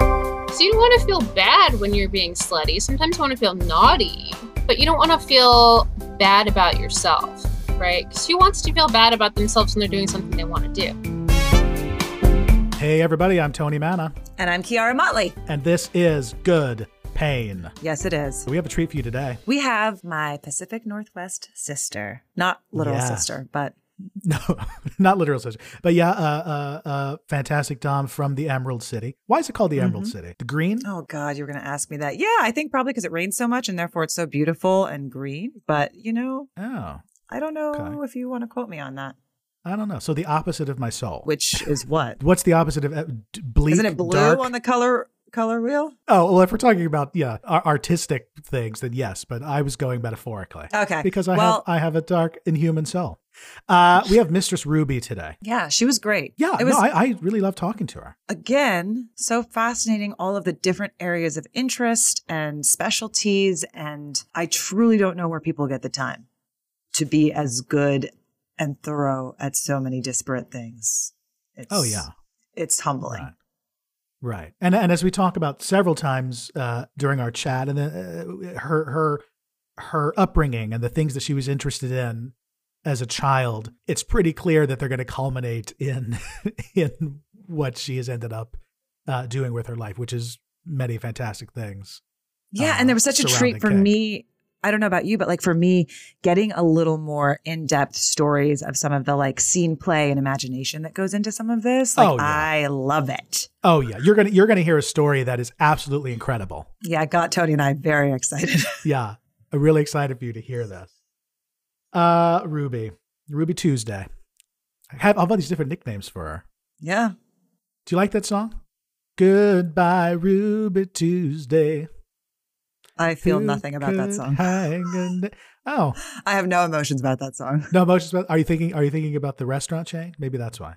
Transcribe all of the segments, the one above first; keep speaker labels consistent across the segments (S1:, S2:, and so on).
S1: So you don't want to feel bad when you're being slutty. Sometimes you want to feel naughty, but you don't want to feel bad about yourself, right? Because who wants to feel bad about themselves when they're doing something they want to do?
S2: Hey, everybody, I'm Tony Manna,
S3: And I'm Kiara Motley.
S2: and this is Good Pain.
S3: Yes, it is.
S2: We have a treat for you today.
S3: We have my Pacific Northwest sister, not literal
S2: Yeah.
S3: sister, but
S2: No, not literal sister, but yeah, uh, uh, uh, fantastic Dom from the Emerald City. Why is it called the Emerald City? The green?
S3: oh God, you were going to ask me that. Yeah, I think probably because it rains so much and therefore it's so beautiful and green. But, you know,
S2: Oh,
S3: I don't know
S2: Okay.
S3: if you want to quote me on that,
S2: I don't know. So the opposite of my soul.
S3: which is what?
S2: What's the opposite of uh, d- bleak?
S3: Isn't it blue
S2: dark?
S3: on the color color wheel?
S2: Oh, well, if we're talking about yeah, ar- artistic things, then yes. But I was going metaphorically
S3: Okay.
S2: because I
S3: well,
S2: have I have a dark inhuman soul. Uh, we have Mistress Ruby today.
S3: yeah, she was great.
S2: Yeah,
S3: It was
S2: no, I, I really love talking to her.
S3: again, so fascinating all of the different areas of interest and specialties. And I truly don't know where people get the time to be as good and thorough at so many disparate things. It's,
S2: Oh yeah,
S3: It's humbling.
S2: Right. Right. And and as we talk about several times uh, during our chat, and then uh, her her her upbringing and the things that she was interested in as a child, it's pretty clear that they're going to culminate in in what she has ended up uh, doing with her life, which is many fantastic things.
S3: Yeah.
S2: uh,
S3: and there was such a
S2: surrounding
S3: treat for
S2: cake.
S3: me. I don't know about you, but like for me, getting a little more in depth stories of some of the like scene play and imagination that goes into some of this, like
S2: Oh, yeah.
S3: I love it.
S2: Oh yeah, you're gonna you're gonna hear a story that is absolutely incredible.
S3: Yeah, it got Tony and I very excited.
S2: Yeah, I'm really excited for you to hear this. Uh, Ruby, Ruby Tuesday. I have all these different nicknames for her.
S3: yeah.
S2: Do you like that song? Goodbye, Ruby Tuesday.
S3: I feel
S2: Who
S3: nothing about that
S2: could
S3: song.
S2: hang in- oh
S3: I have no emotions about that song.
S2: no, emotions. About, are you thinking? Are you thinking about the restaurant chain? Maybe that's why.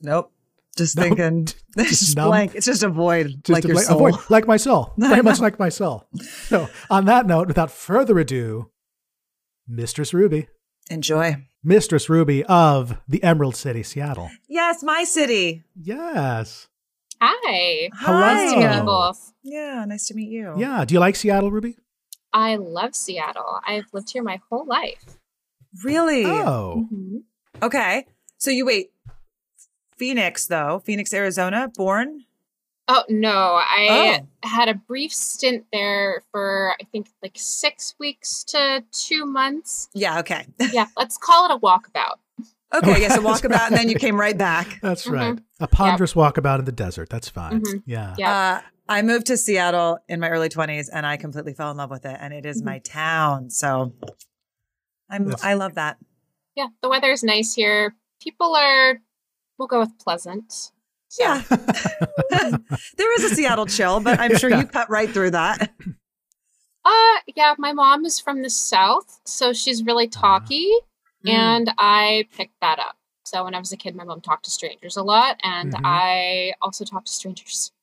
S3: Nope. Just
S2: Nope.
S3: thinking. It's just
S2: numb.
S3: blank. It's just a void, like
S2: to
S3: your
S2: bla-
S3: soul.
S2: avoid- like my soul,
S3: I
S2: very much like my soul. So, on that note, without further ado, Mistress Ruby,
S3: Enjoy.
S2: Mistress Ruby of the Emerald City, Seattle.
S3: Yes, my city.
S2: Yes.
S1: Hi.
S2: Hello.
S1: Nice to meet
S3: Hi.
S1: you both.
S3: Yeah, nice to meet you.
S2: Yeah. Do you like Seattle, Ruby?
S1: I love Seattle. I've lived here my whole life.
S3: Really?
S2: Oh,
S1: Mhm.
S3: Okay. So you wait. Phoenix, though. Phoenix, Arizona, born.
S1: Oh, no. I
S3: Oh.
S1: had a brief stint there for, I think, like six weeks to two months.
S3: Yeah, okay.
S1: Yeah, let's call it a walkabout.
S3: Okay, yes, a
S2: That's
S3: walkabout, and then you came right back.
S2: that's
S1: Mhm.
S2: right. A ponderous walkabout in the desert. That's fine.
S1: Mhm.
S2: Yeah.
S1: Yeah.
S3: Uh, I moved to Seattle in my early 20s and I completely fell in love with it. And it
S2: Mm-hmm.
S3: is my town. So I'm,
S2: That's-
S3: I love that.
S1: Yeah, the weather is nice here. People are, we'll go with pleasant. So-
S3: Yeah. there is a Seattle chill, but I'm sure
S2: Yeah.
S3: you cut right through that.
S1: Uh, yeah, my mom is from the South, so she's really talky,
S3: Hmm.
S1: and I picked that up. So when I was a kid, my mom talked to strangers a lot, and
S2: Mhm.
S1: I also talked to strangers.
S2: Mm.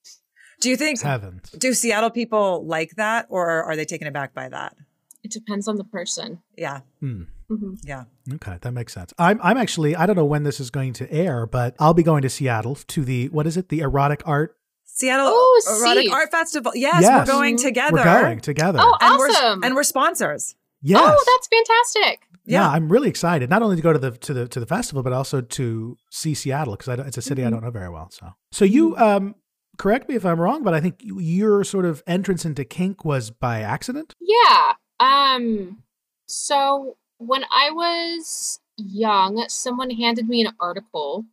S3: do you think
S2: Heavens.
S3: do Seattle people like that or are they taken aback by that?
S1: It depends on the person.
S3: Yeah.
S2: Hmm.
S1: hmm
S3: Yeah.
S2: Okay, that makes sense. I'm I'm actually I don't know when this is going to air, but I'll be going to Seattle to the what is it? The erotic art.
S3: Seattle
S1: Oh,
S3: Erotic
S1: Steve.
S3: Art Festival. Yes,
S2: Yes.
S3: we're going
S1: Mhm.
S3: together.
S2: We're going together.
S1: Oh,
S3: And
S1: awesome!
S3: we're and we're sponsors.
S2: yes.
S1: Oh, that's fantastic!
S2: yeah.
S3: yeah.
S2: I'm really excited. Not only to go to the to the to the festival, but also to see Seattle because it's a city
S1: Mm-hmm.
S2: I don't know very well. So, so you um, correct me if I'm wrong, but I think you, your sort of entrance into kink was by accident.
S1: Yeah. Um so when I was young, someone handed me an article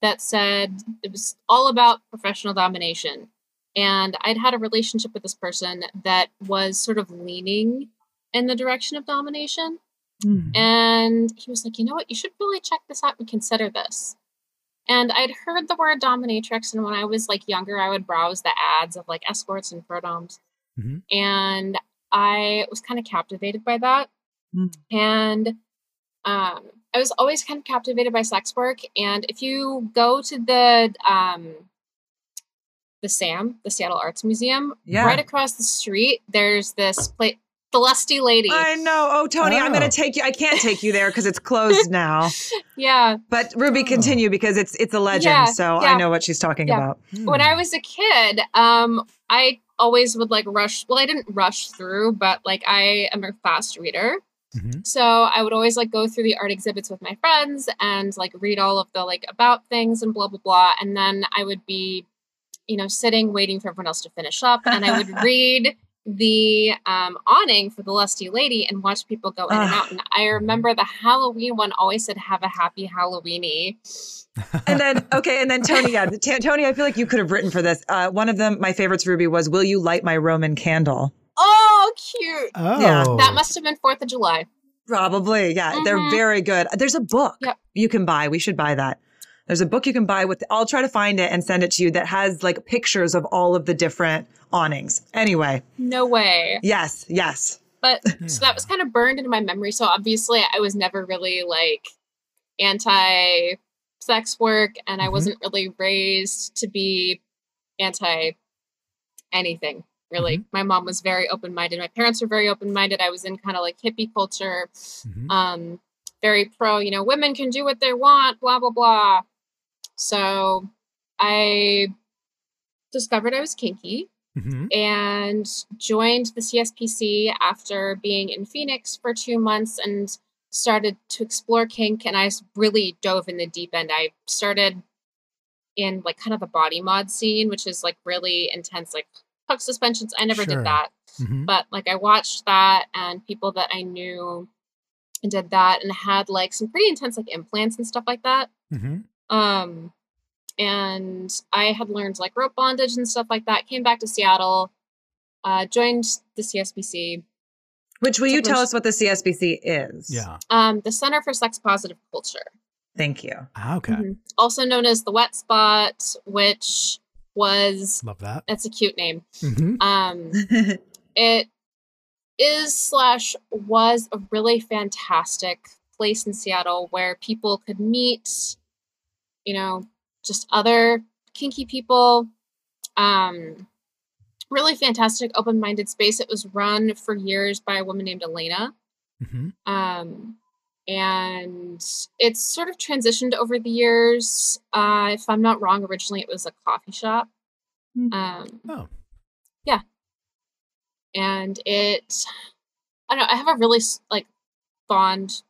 S1: that said it was all about professional domination. And I'd had a relationship with this person that was sort of leaning in the direction of domination. Hmm. And he was like, you know what? You should really check this out and consider this. And I'd heard the word dominatrix. And when I was like younger, I would browse the ads of like escorts and prodoms.
S3: Mm-hmm.
S2: Mhm.
S1: And I was kind of captivated by that.
S3: Mm.
S1: And um, I was always kind of captivated by sex work. And if you go to the, um, the SAM, the Seattle Arts Museum,
S3: Yeah.
S1: right across the street, there's this place. the lusty lady.
S3: I know. Oh, Tony, I'm going
S2: Oh.
S3: to take you. I can't take you there because it's closed now.
S1: yeah.
S3: But Ruby,
S2: Oh.
S3: continue because it's it's a legend,
S1: Yeah,
S3: so
S1: yeah.
S3: I know what she's talking
S1: Yeah.
S3: about.
S1: When
S2: Hmm.
S1: I was a kid, um, I always would like rush. Well, I didn't rush through, but like I am a fast reader.
S2: Mhm.
S1: So I would always like go through the art exhibits with my friends and like read all of the like about things and blah blah blah. And then I would be, you know, sitting waiting for everyone else to finish up, and I would read the um, awning for the lusty lady and watch people go in and
S3: Ugh.
S1: out. And I remember the Halloween one always said "Have a happy Halloweeny."
S3: And then okay, and then Tony, yeah, T- Tony, I feel like you could have written for this. Uh, one of them, my favorites, Ruby was "Will you light my Roman candle?"
S1: Oh, cute!
S2: Oh,
S3: Yeah.
S1: That must have been Fourth of July.
S3: Probably, yeah. They're
S1: Mhm.
S3: very good. There's a book
S1: Yep.
S3: you can buy. We should buy that. There's a book you can buy with. I'll try to find it and send it to you that has like pictures of all of the different awnings. Anyway,
S1: No way.
S3: yes, yes.
S1: But so that was kind of burned into my memory. So obviously, I was never really like anti sex work, and I
S2: Mhm.
S1: wasn't really raised to be anti anything really. My mom was very open minded. My parents were very open minded. I was in kind of like hippie culture,
S2: Mhm.
S1: um, very pro, you know, women can do what they want, blah, blah, blah. So I discovered I was kinky
S2: Mhm.
S1: and joined the CSPC after being in Phoenix for two months and started to explore kink. And I s- really dove in the deep end. I started in like kind of the body mod scene, which is like really intense, like hook suspensions. I never
S2: Sure.
S1: did that,
S2: Mhm.
S1: but like I watched that and people that I knew did that and had like some pretty intense like implants and stuff like that
S2: Mhm.
S1: um and i had learned like rope bondage and stuff like that came back to seattle uh joined the csbc
S3: Which will
S1: It's
S3: you
S1: a
S3: tell
S1: bunch-
S3: us what the CSBC is?
S2: Yeah.
S1: um the center for sex positive culture
S3: Thank you.
S2: Ah, Okay.
S3: Mm-hmm.
S1: Mhm. also known as the wet spot which was
S2: Love that.
S1: that's a cute name
S2: Mhm.
S1: um it is slash was a really fantastic place in Seattle where people could meet, you know, just other kinky people. Um, really fantastic open minded space. It was run for years by a woman named Elena.
S2: Mhm.
S1: Um, and it's sort of transitioned over the years. Uh, if I'm not wrong, originally it was a coffee shop.
S3: Hmm.
S1: Um,
S2: Oh.
S1: Yeah. And it, I don't know, I have a really s- like fond,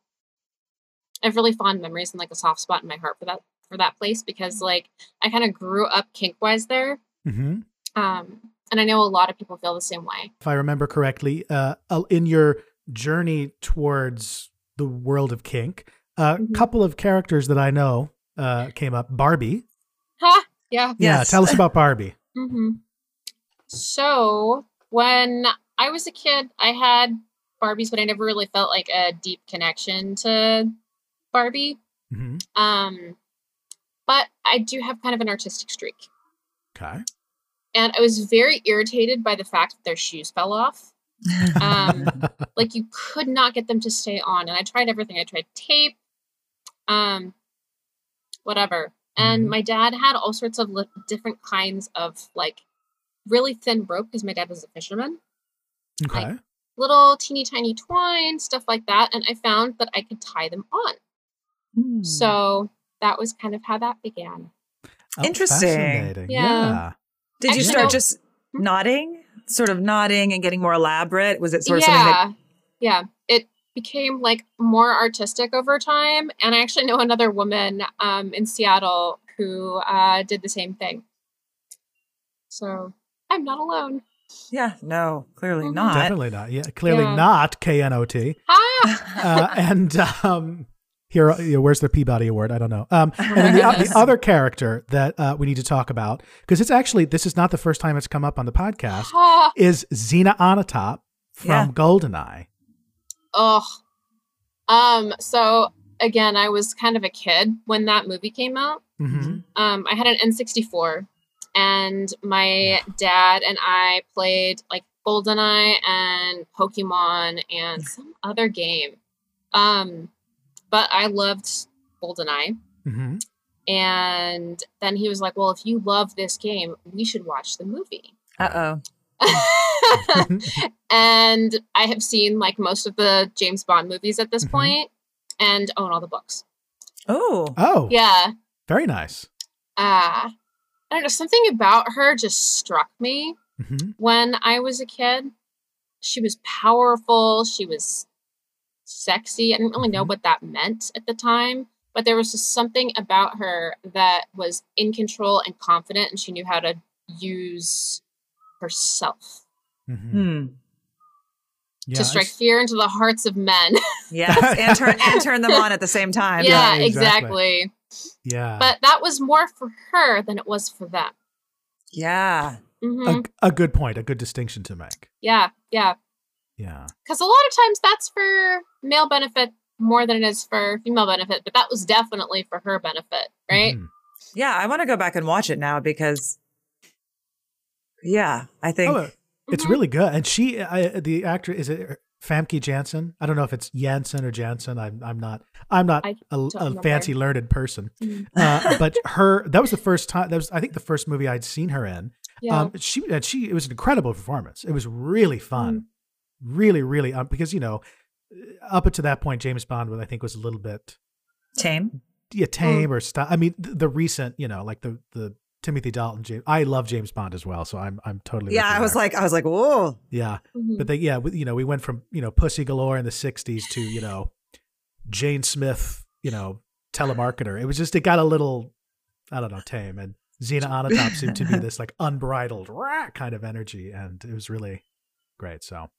S1: I have really fond memories and like a soft spot in my heart for that, for that place because like I kind of grew up kink wise there.
S2: Mhm.
S1: Um, and I know a lot of people feel the same way.
S2: if I remember correctly, uh, uh, in your journey towards the world of kink, a
S3: Mm-hmm.
S1: Mhm.
S2: couple of characters that I know uh, came up. Barbie.
S1: Ha! Yeah.
S2: Yeah,
S3: Yes.
S2: tell us about Barbie.
S1: Mm-hmm. So when I was a kid, I had Barbies, but I never really felt like a deep connection to Barbie.
S2: hmm
S1: Um, but I do have kind of an artistic streak.
S2: Okay.
S1: And I was very irritated by the fact that their shoes fell off. Um, like you could not get them to stay on. And I tried everything. I tried tape, um, whatever. And
S2: Mhm.
S1: my dad had all sorts of li- different kinds of like really thin rope because my dad was a fisherman,
S2: Okay.
S1: little teeny tiny twine, stuff like that. And I found that I could tie them on.
S3: Hmm.
S1: So that was kind of how that began.
S2: Oh,
S3: Interesting.
S2: fascinating.
S1: Yeah.
S2: Yeah.
S3: did you
S1: actually,
S3: start
S1: no.
S3: just nodding, sort of nodding and getting more elaborate? Was it sort of something that
S1: yeah yeah it became like more artistic over time and i actually know another woman um, in seattle who uh, did the same thing so i'm not alone
S3: Yeah, no, clearly
S1: Mhm.
S3: not.
S2: Definitely not. Yeah. Clearly
S1: Yeah.
S2: not K N O T.
S1: ah!
S2: Uh, and um, here, yeah, where's the Peabody Award? I don't know. Um, and then the, the other character that uh, we need to talk about, because it's actually, this is not the first time it's come up on the podcast.
S1: Ah.
S2: is Xena Onatop from
S3: Yeah.
S2: Goldeneye.
S1: Ugh. um so again i was kind of a kid when that movie came out
S2: Mm-hmm.
S1: um, I had an N64, and my
S2: Yeah.
S1: dad and I played like GoldenEye and Pokemon and some other game. Um, but I loved GoldenEye,
S2: Mm-hmm.
S1: and then he was like, "Well, if you love this game, we should watch the movie."
S3: Uh oh.
S2: Mm-hmm.
S1: and I have seen like most of the James Bond movies at this
S2: Mhm.
S1: point and own all the books.
S3: Oh,
S2: Oh,
S1: Yeah.
S2: very nice.
S1: Uh, I don't know. Something about her just struck me
S2: hmm
S1: when I was a kid. She was powerful. She was sexy. I didn't really know
S2: Mhm.
S1: what that meant at the time, but there was just something about her that was in control and confident, and she knew how to use herself
S2: hmm
S3: hmm.
S2: Yeah,
S1: to Mm. strike
S2: it's-
S1: fear into the hearts of men.
S3: yes, and turn and turn them on at the same time.
S1: yeah,
S2: Yeah, exactly.
S1: exactly.
S2: yeah.
S1: But that was more for her than it was for them.
S3: yeah.
S1: hmm
S2: a, a good point, a good distinction to make.
S1: yeah, yeah.
S2: Yeah.
S1: Because a lot of times that's for male benefit more than it is for female benefit, but that was definitely for her benefit, right?
S2: Mhm.
S3: Yeah, I want to go back and watch it now because, yeah, I think.
S2: Oh, uh,
S1: Mhm.
S2: it's
S3: Mm-hmm.
S2: really good. And she, I, the actor, is it Famke Janssen? I don't know if it's Janssen or Janssen. I'm, I'm not, I'm not
S1: I
S2: a, a
S1: remember.
S2: fancy learned person.
S3: Mm-hmm.
S1: Mhm.
S2: Uh, but her, that was the first time. That was, I think, the first movie I'd seen her in.
S1: Yeah.
S2: Um, she and she it was an incredible performance. It was really fun,
S3: Mm-hmm.
S2: really, really um, because you know, up until that point, James Bond, was, I think, was a little bit
S3: Tame.
S2: yeah tame or style. I mean, the, the recent, you know, like the the Timothy Dalton. James, I love James Bond as well, so I'm I'm totally
S3: Yeah,
S2: with you
S3: I was
S2: there.
S3: like, I was like, whoa.
S2: yeah,
S3: mm-hmm.
S1: Mhm.
S2: but they yeah, we, you know, we went from you know Pussy Galore in the '60s to you know Jane Smith, you know, telemarketer. It was just it got a little, I don't know, tame and. Xena on top seemed to be this like unbridled rah, kind of energy, and it was really great. So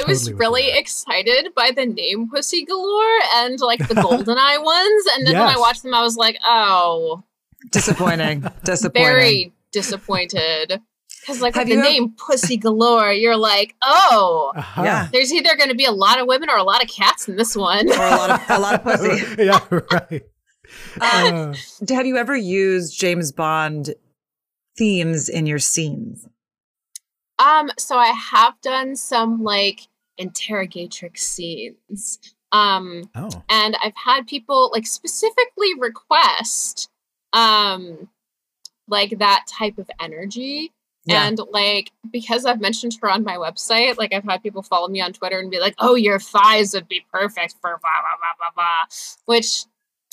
S1: I was
S2: totally with you
S1: really
S2: there.
S1: excited by the name Pussy Galore and like the Goldeneye ones. And then when
S2: Yes.
S1: I watched them, I was like, oh,
S3: Disappointing. Disappointing.
S1: very disappointed. Because like
S3: Have
S1: with the
S3: you ev-
S1: name Pussy Galore, you're like, oh,
S2: Uh-huh.
S3: Yeah.
S1: there's either going to be a lot of women or a lot of cats in this one.
S3: Or a lot of a lot of pussy.
S2: yeah, right.
S3: Uh,
S2: Uh,
S3: have you ever used James Bond themes in your scenes?
S1: Um, so I have done some like interrogatrix scenes. Um,
S2: oh,
S1: and I've had people like specifically request um like that type of energy. And like because I've mentioned her on my website, like I've had people follow me on Twitter and be like, "Oh, your thighs would be perfect for blah blah blah blah blah," which,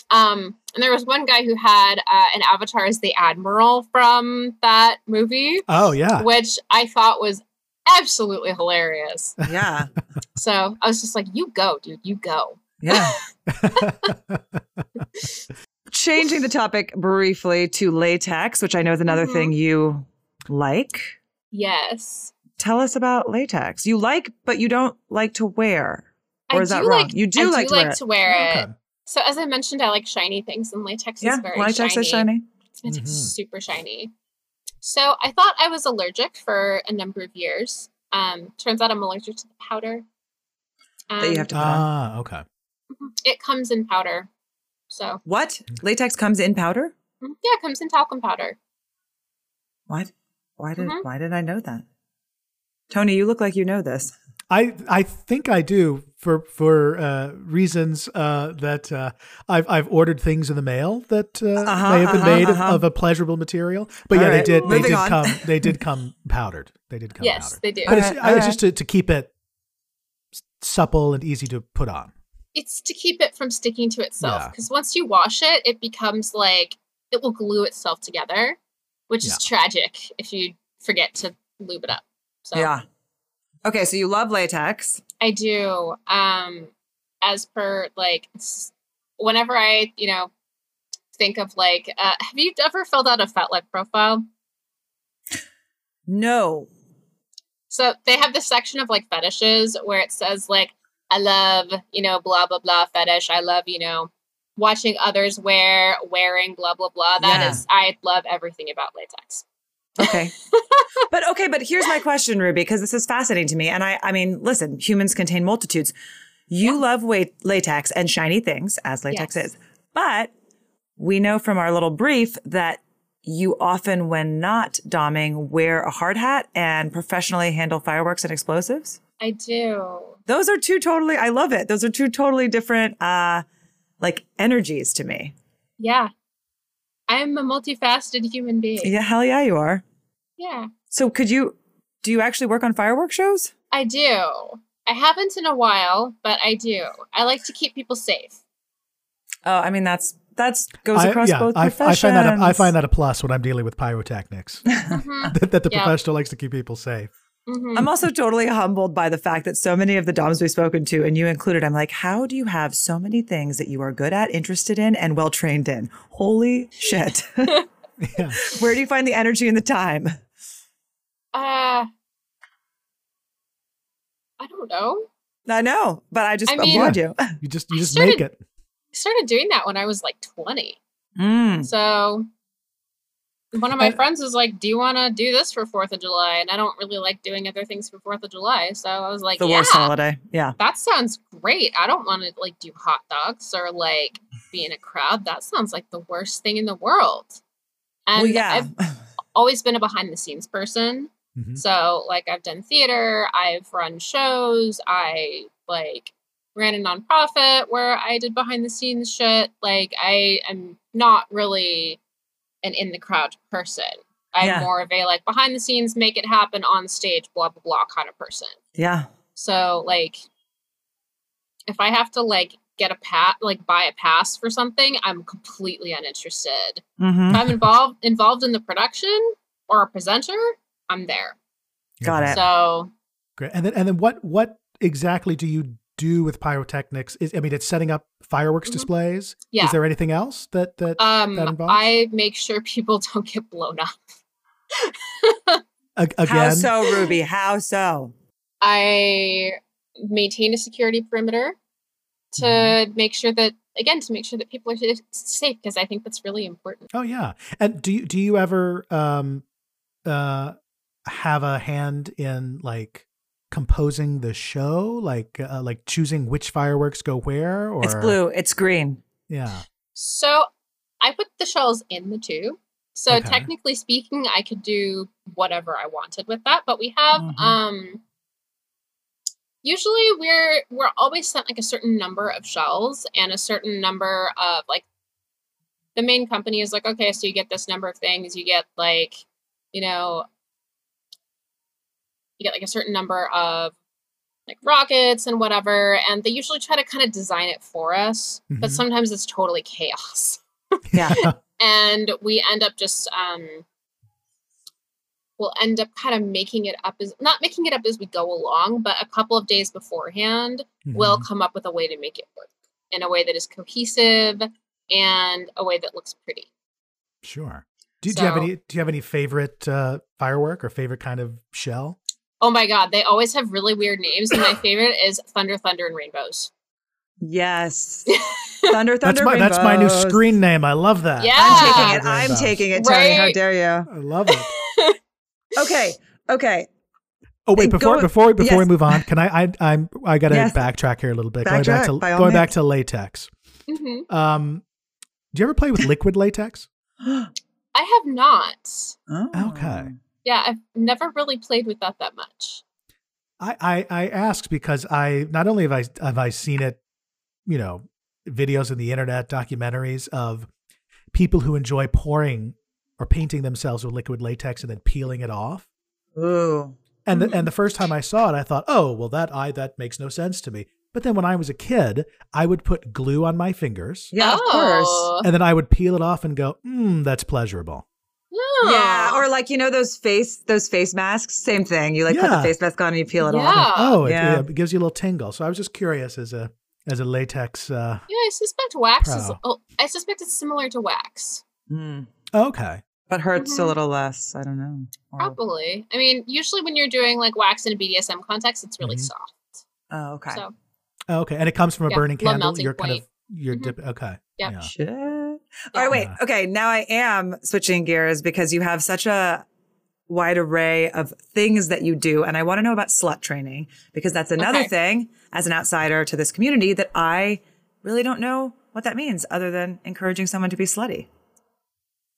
S1: um, and there was one guy who had uh, an avatar as the admiral from that movie
S2: oh yeah.
S1: which I thought was absolutely hilarious.
S3: yeah.
S1: So I was just like, "You go, dude, you go."
S3: Yeah. Changing the topic briefly to latex, which I know is another
S1: Mhm.
S3: thing you like.
S1: Yes,
S3: Tell us about latex. You like, but you don't like to wear.
S1: I
S3: Or is
S1: do
S3: that wrong?
S1: like.
S3: you
S1: I
S3: do
S1: do
S3: like
S1: like
S3: to wear it.
S1: to wear it.
S2: Okay.
S1: So as I mentioned, I like shiny things, and latex
S3: yeah,
S1: is very
S3: latex
S1: shiny.
S3: is shiny. Mm-hmm.
S1: It's
S2: Mhm.
S1: super shiny. So I thought I was allergic for a number of years. Um, turns out I'm allergic to the powder. Um,
S3: That you have to-
S2: Ah, okay.
S1: It comes in powder. So
S3: What? Latex comes in powder?
S1: mm, yeah, it comes in talcum powder.
S3: What? Why did
S1: Mhm.
S3: why did I know that? Tony, you look like you know this.
S2: I I think I do for for uh, reasons uh, that uh, I've I've ordered things in the mail that uh,
S3: Uh-huh,
S2: may have been
S3: uh-huh,
S2: made
S3: uh-huh.
S2: Of, of a pleasurable material. But
S3: All
S2: yeah,
S3: right,
S2: they did they
S3: moving
S2: did
S3: on.
S2: come they did come powdered. They did come
S1: yes,
S2: powdered.
S1: they do.
S2: But it's,
S3: Alright,
S2: I, it's
S3: alright.
S2: just to, to keep it s- supple and easy to put on.
S1: it's to keep it from sticking to itself
S2: Yeah.
S1: because once you wash it it becomes like it will glue itself together which
S2: Yeah.
S1: is tragic if you forget to lube it up so
S3: Yeah. Okay, so you love latex.
S1: i do um as per like s- whenever i you know think of like uh, have you ever filled out a fatlife profile
S3: No.
S1: So they have this section of like fetishes where it says like I love, you know, blah blah blah fetish. I love, you know, watching others wear, wearing blah blah blah. That is,
S3: Yeah.
S1: I love everything about latex.
S3: Okay. but okay, but here's my question, Ruby, because this is fascinating to me. And I I mean, listen, humans contain multitudes. You love wait, latex and shiny things, as latex
S1: Yes.
S3: is. But we know from our little brief that you often, when not doming, wear a hard hat and professionally handle fireworks and explosives.
S1: I do.
S3: Those are two totally I love it. Those are two totally different uh like energies to me.
S1: Yeah. I'm a multifaceted human being.
S3: Yeah, hell yeah, you are.
S1: Yeah.
S3: So could you Do you actually work on fireworks shows?
S1: I do. I haven't in a while, but I do. I like to keep people safe.
S3: Oh, I mean that's that's goes across
S2: I, yeah,
S3: both
S2: I, I
S3: professions.
S2: find that a, I find that a plus when I'm dealing with pyrotechnics.
S1: Mhm,
S2: that, that the
S1: Yeah.
S2: professional likes to keep people safe.
S1: mhm.
S3: I'm also totally humbled by the fact that so many of the DOMs we've spoken to, and you included, I'm like, how do you have so many things that you are good at, interested in, and well trained in? Holy shit.
S2: Yeah.
S3: Where do you find the energy and the time?
S1: Uh, I don't know.
S3: I know, but I just
S1: I mean-
S3: applaud you.
S2: You just
S1: I
S2: you just
S1: started-
S2: make it.
S1: I started doing that when I was like 20.
S3: Mm.
S1: So one of my
S3: And-
S1: friends was like, "Do you want to do this for 4th of July?" And I don't really like doing other things for 4th of July, so I was like,
S3: The
S1: "Yeah,
S3: worst holiday. Yeah.
S1: that sounds great. I don't want to like do hot dogs or like be in a crowd. That sounds like the worst thing in the world." And
S3: well, yeah.
S1: I've always been a behind the scenes person.
S2: Mhm.
S1: So like I've done theater, I've run shows, I like ran a nonprofit where I did behind the scenes shit. Like I am not really an in the crowd person. I'm
S3: Yeah.
S1: more of a like behind the scenes, make it happen on stage, blah blah blah kind of person.
S3: yeah.
S1: So like if I have to like get a pat like buy a pass for something, I'm completely uninterested.
S3: hmm
S1: If I'm involved involved in the production or a presenter, I'm there.
S3: Got it.
S1: So
S2: Great. And then and then what what exactly do you do with pyrotechnics? Is I mean it's setting up fireworks
S3: Mm-hmm.
S1: Mhm.
S2: displays.
S1: yeah.
S2: Is there anything else that
S3: Uh,
S2: that that
S1: um
S2: involves?
S1: I make sure people don't get blown up.
S2: a-
S3: How
S2: again?
S3: so, Ruby? How so?
S1: I maintain a security perimeter to
S2: Mm-hmm.
S1: make sure that again to make sure that people are sa- safe because I think that's really important.
S2: Oh yeah. And do you do you ever um uh have a hand in like composing the show, like uh, like choosing which fireworks go where or
S3: It's blue. It's green.
S2: Yeah.
S1: So I put the shells in the tube. So
S2: Okay.
S1: technically speaking, I could do whatever I wanted with that. But we have
S3: Mhm.
S1: um usually we're we're always sent like a certain number of shells and a certain number of like the main company is like, okay, so you get this number of things, you get like, you know, you get like a certain number of like rockets and whatever, and they usually try to kind of design it for us, but
S2: Mhm.
S1: sometimes it's totally chaos
S3: Yeah.
S1: and we end up just um we'll end up kind of making it up as not making it up as we go along but a couple of days beforehand we'll
S2: Mhm.
S1: come up with a way to make it work in a way that is cohesive and a way that looks pretty
S2: Sure. Do, do you have
S1: So-
S2: any do you have any favorite uh firework or favorite kind of shell?
S1: oh my god they always have really weird names and my favorite is thunder thunder and rainbows
S3: Yes. Thunder, thunder.
S2: that's my that's my new
S3: rainbows.
S2: screen name. I love that.
S1: Yeah.
S3: I'm taking
S2: Thunder,
S3: it. I'm
S2: rainbows.
S3: taking it, Tony. How
S1: Right.
S3: dare
S2: I love it.
S3: you? Okay. Okay.
S2: Oh wait,
S3: Go
S2: before
S3: with-
S2: before before we
S3: yes.
S2: move on, can I? I I'm I gotta
S3: Yes.
S2: backtrack here a little bit. going back
S3: Backtrack,
S2: to
S3: by all
S2: going back
S3: means.
S2: to latex.
S3: Mm-hmm.
S1: Mhm.
S2: Um, do you ever play with liquid latex?
S1: i have not
S3: Oh.
S2: Okay.
S1: yeah i've never really played with that that much
S2: I, I I ask because I not only have I have I seen it, you know, videos in the internet, documentaries of people who enjoy pouring or painting themselves with liquid latex and then peeling it off.
S3: Ooh.
S2: And the, and
S3: Mm.
S2: the first time I saw it, I thought, oh, well, that I that makes no sense to me. But then when I was a kid, I would put glue on my fingers,
S3: Yeah, of course.
S1: Oh.
S2: and then I would peel it off and go, mm, that's pleasurable.
S3: Yeah,
S1: Oh.
S3: or like you know those face those face masks, same thing. You like put
S2: Yeah.
S3: the face mask on and you peel it
S1: Ah, Yeah.
S3: off.
S2: oh, it,
S3: Yeah.
S2: yeah, it gives you a little tingle. So I was just curious as a as a latex. Uh,
S1: Yeah, I suspect wax is.
S2: Prow.
S1: Oh, I suspect it's similar to wax.
S3: Mm.
S2: oh, okay,
S3: But hurts a
S1: Mhm.
S3: little less. I don't know. Or-
S1: Probably. I mean, usually when you're doing like wax in a BDSM context, it's really
S2: Mhm.
S1: soft.
S3: oh, okay.
S1: So
S2: oh, okay, and it comes from a
S1: Yeah,
S2: burning
S1: low
S2: candle.
S1: melting
S2: You're kind
S1: point.
S2: of you're
S1: Mhm.
S2: dip. Okay,
S1: Yeah.
S3: Shit. All right, wait.
S2: Yeah.
S3: Okay, now I am switching gears because you have such a wide array of things that you do. And I want to know about slut training because that's another
S1: Okay.
S3: thing as an outsider to this community that I really don't know what that means other than encouraging someone to be slutty.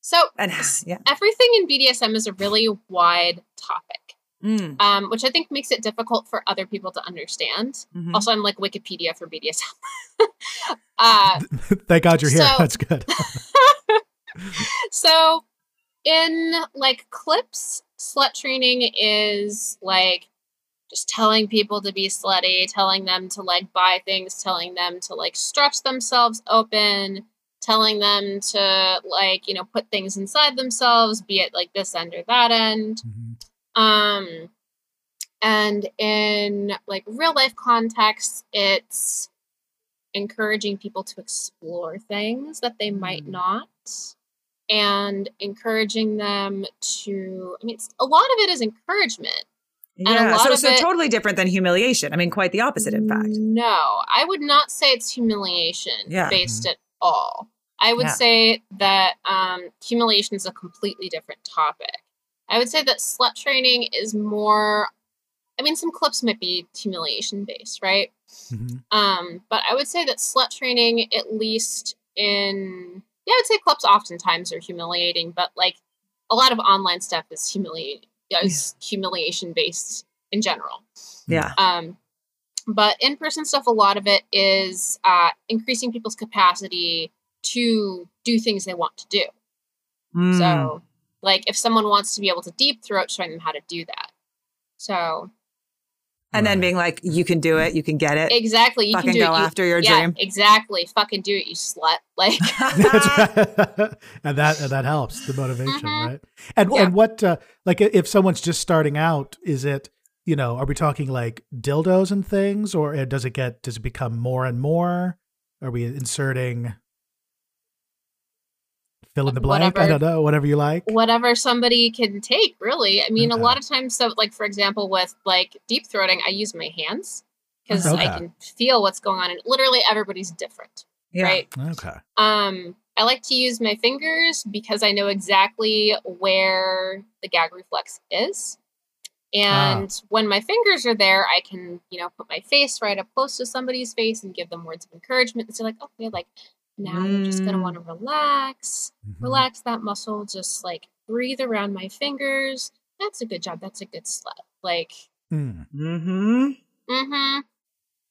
S1: so
S3: And yeah.
S1: everything in BDSM is a really wide topic,
S3: Mm,
S1: um, which I think makes it difficult for other people to understand.
S3: mhm.
S1: Also, I'm like Wikipedia for Uh, BDSM. uh,
S2: Thank God you're here.
S1: So-
S2: That's good.
S1: so in like clips, slut training is like just telling people to be slutty, telling them to like buy things, telling them to like stretch themselves open, telling them to like, you know, put things inside themselves, be it like this end or that end.
S2: Mhm.
S1: Um and in like real life context, it's encouraging people to explore things that they might
S4: Mm.
S1: not and encouraging them to I mean it's, a lot of it is encouragement. a
S3: Yeah.
S1: lot
S3: So,
S1: of
S3: so
S1: it-
S3: totally different than humiliation. I mean, quite the opposite, in fact.
S1: No, I would not say it's humiliation
S3: Yeah.
S1: based at all. I would
S4: Yeah.
S1: say that um, humiliation is a completely different topic. I would say that slut training is more. I mean, some clips might be humiliation based, right?
S2: Mhm.
S1: Um, but I would say that slut training, at least in yeah, I'd say clips oftentimes are humiliating, but like a lot of online stuff is humiliating, is humiliation based in general.
S3: Yeah.
S1: Um, but in person stuff, a lot of it is uh, increasing people's capacity to do things they want to do.
S3: Mm.
S1: So, like if someone wants to be able to deep throat, showing them how to do that. So
S3: and then
S2: Right.
S3: being like, you can do it, you can get it.
S1: exactly, you
S3: Eh, Fucking
S1: can do
S3: go
S1: it. You,
S3: after your
S1: yeah,
S3: dream.
S1: exactly. Fucking do it, you slut. Like, Uh-huh.
S2: That's right. and that and that helps the motivation,
S1: Mhm.
S2: right? And
S1: Yeah.
S2: and what uh, like i- if someone's just starting out, is it you know are we talking like dildos and things, or uh, does it get does it become more and more? Are we inserting fill in the blank? I
S1: Whatever.
S2: don't know. Whatever you like.
S1: whatever somebody can take, really. I mean,
S2: Okay.
S1: a lot of times, so like for example, with like deep throating, I use my hands because
S2: Okay.
S1: I can feel what's going on, and literally everybody's different,
S3: Yeah.
S1: right?
S2: Okay.
S1: Um, I like to use my fingers because I know exactly where the gag reflex is. And when my fingers are there, I can, you know, put my face right up close to somebody's face and give them words of encouragement. And so like, okay, like now you're just gonna
S3: Mm.
S1: want to relax,
S2: Mhm.
S1: relax that muscle, just like breathe around my fingers. That's a good job. That's a good slut. Like,
S2: Mm.
S3: Mm-hmm.
S1: mm-hmm.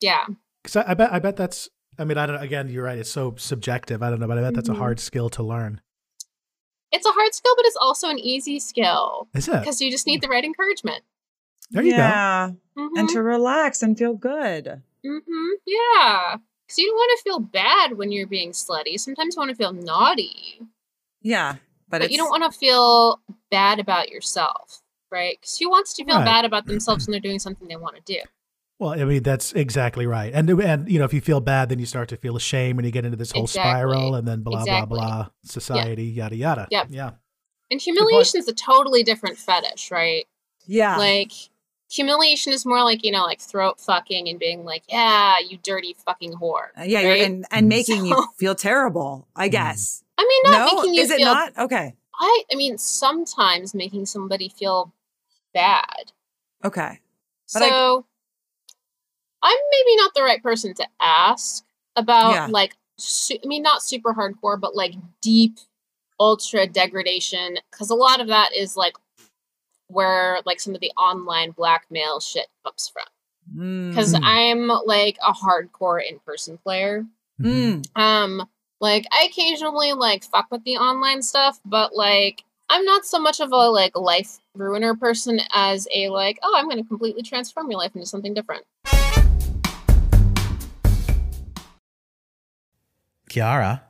S1: Yeah.
S2: Because I, I bet I bet that's I mean I don't again you're right it's so subjective I don't know but I bet that's a
S1: Mhm.
S2: hard skill to learn
S1: It's a hard skill, but it's also an easy skill
S2: is it
S1: because you just need the right encouragement.
S2: there you go
S3: yeah.
S1: Mm-hmm.
S3: And to relax and feel good.
S1: Mm-hmm. Yeah. Because you don't want to feel bad when you're being slutty. Sometimes you want to feel naughty,
S3: Yeah. But,
S1: but,
S3: it's,
S1: you don't want to feel bad about yourself, right? Because who wants to feel
S2: Right.
S1: bad about themselves when they're doing something they want to do?
S2: well I mean that's exactly right and and you know if you feel bad then you start to feel ashamed and you get into this whole
S1: Exactly.
S2: spiral and then blah
S1: Exactly.
S2: blah blah society yada yada
S1: Yep.
S2: yeah
S1: And humiliation is a totally different fetish, right?
S3: yeah.
S1: Like humiliation is more like you know, like throat fucking and being like, "Yeah, you dirty fucking whore."
S3: Uh, yeah. you're-
S1: right?
S3: And, and making you
S1: So-
S3: feel terrible,
S5: Mm-hmm.
S3: I
S2: Mm.
S3: guess.
S1: I mean, not
S3: no?
S1: making you
S3: Is it
S1: feel
S3: not? Okay.
S1: I I mean, sometimes making somebody feel bad.
S3: Okay. But I-
S1: so I, am maybe not the right person to ask about
S3: Yeah.
S1: like su- I mean not super hardcore but like deep ultra degradation cuz a lot of that is like where like some of the online blackmail shit comes from cuz
S2: Mm.
S1: I'm like a hardcore in-person player.
S2: Mhm.
S3: Mm.
S1: Um like I occasionally like fuck with the online stuff but like I'm not so much of a like life ruiner person as a like oh I'm going to completely transform your life into something different.
S6: Kiara,